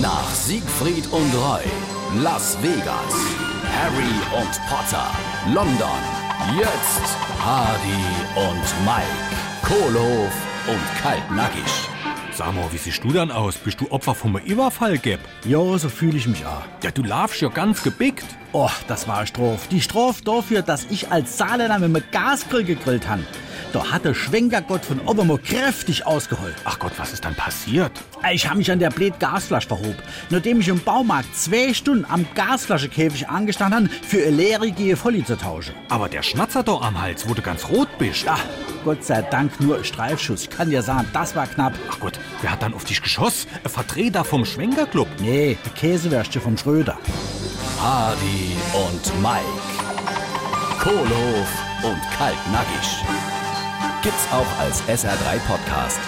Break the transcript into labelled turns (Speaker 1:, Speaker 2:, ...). Speaker 1: Nach Siegfried und Roy, Las Vegas, Harry und Potter, London, jetzt Hardy und Mike, Kohlehof und Kaltnackig.
Speaker 2: Sag mal, wie siehst du dann aus? Bist du Opfer vom Überfall, Geb?
Speaker 3: Ja, so fühle ich mich auch.
Speaker 2: Ja, du laufst ja ganz gebickt.
Speaker 3: Och, Oh, das war eine Strophe. Die Strophe dafür, dass ich als Saarländer mit dem Gasgrill gegrillt han. Da hat der Schwenkergott von Obermo kräftig ausgeholt.
Speaker 2: Ach Gott, was ist dann passiert?
Speaker 3: Ich hab mich an der blöd Gasflasche verhob. Nachdem ich im Baumarkt zwei Stunden am Gasflaschekäfig angestanden han, für eine leere Gehefolli zu tauschen.
Speaker 2: Aber der Schnatzer da am Hals, wo du ganz rot bist.
Speaker 3: Ja, Gott sei Dank nur ein Streifschuss. Ich kann dir sagen, das war knapp.
Speaker 2: Ach Gott, wer hat dann auf dich geschossen? Ein Vertreter vom Schwenkerclub.
Speaker 3: Nee, die Käsewürste vom Schröder.
Speaker 1: Hardy und Mike, Kohlehof und Kaltnackig. Gibt's auch als SR3 Podcast.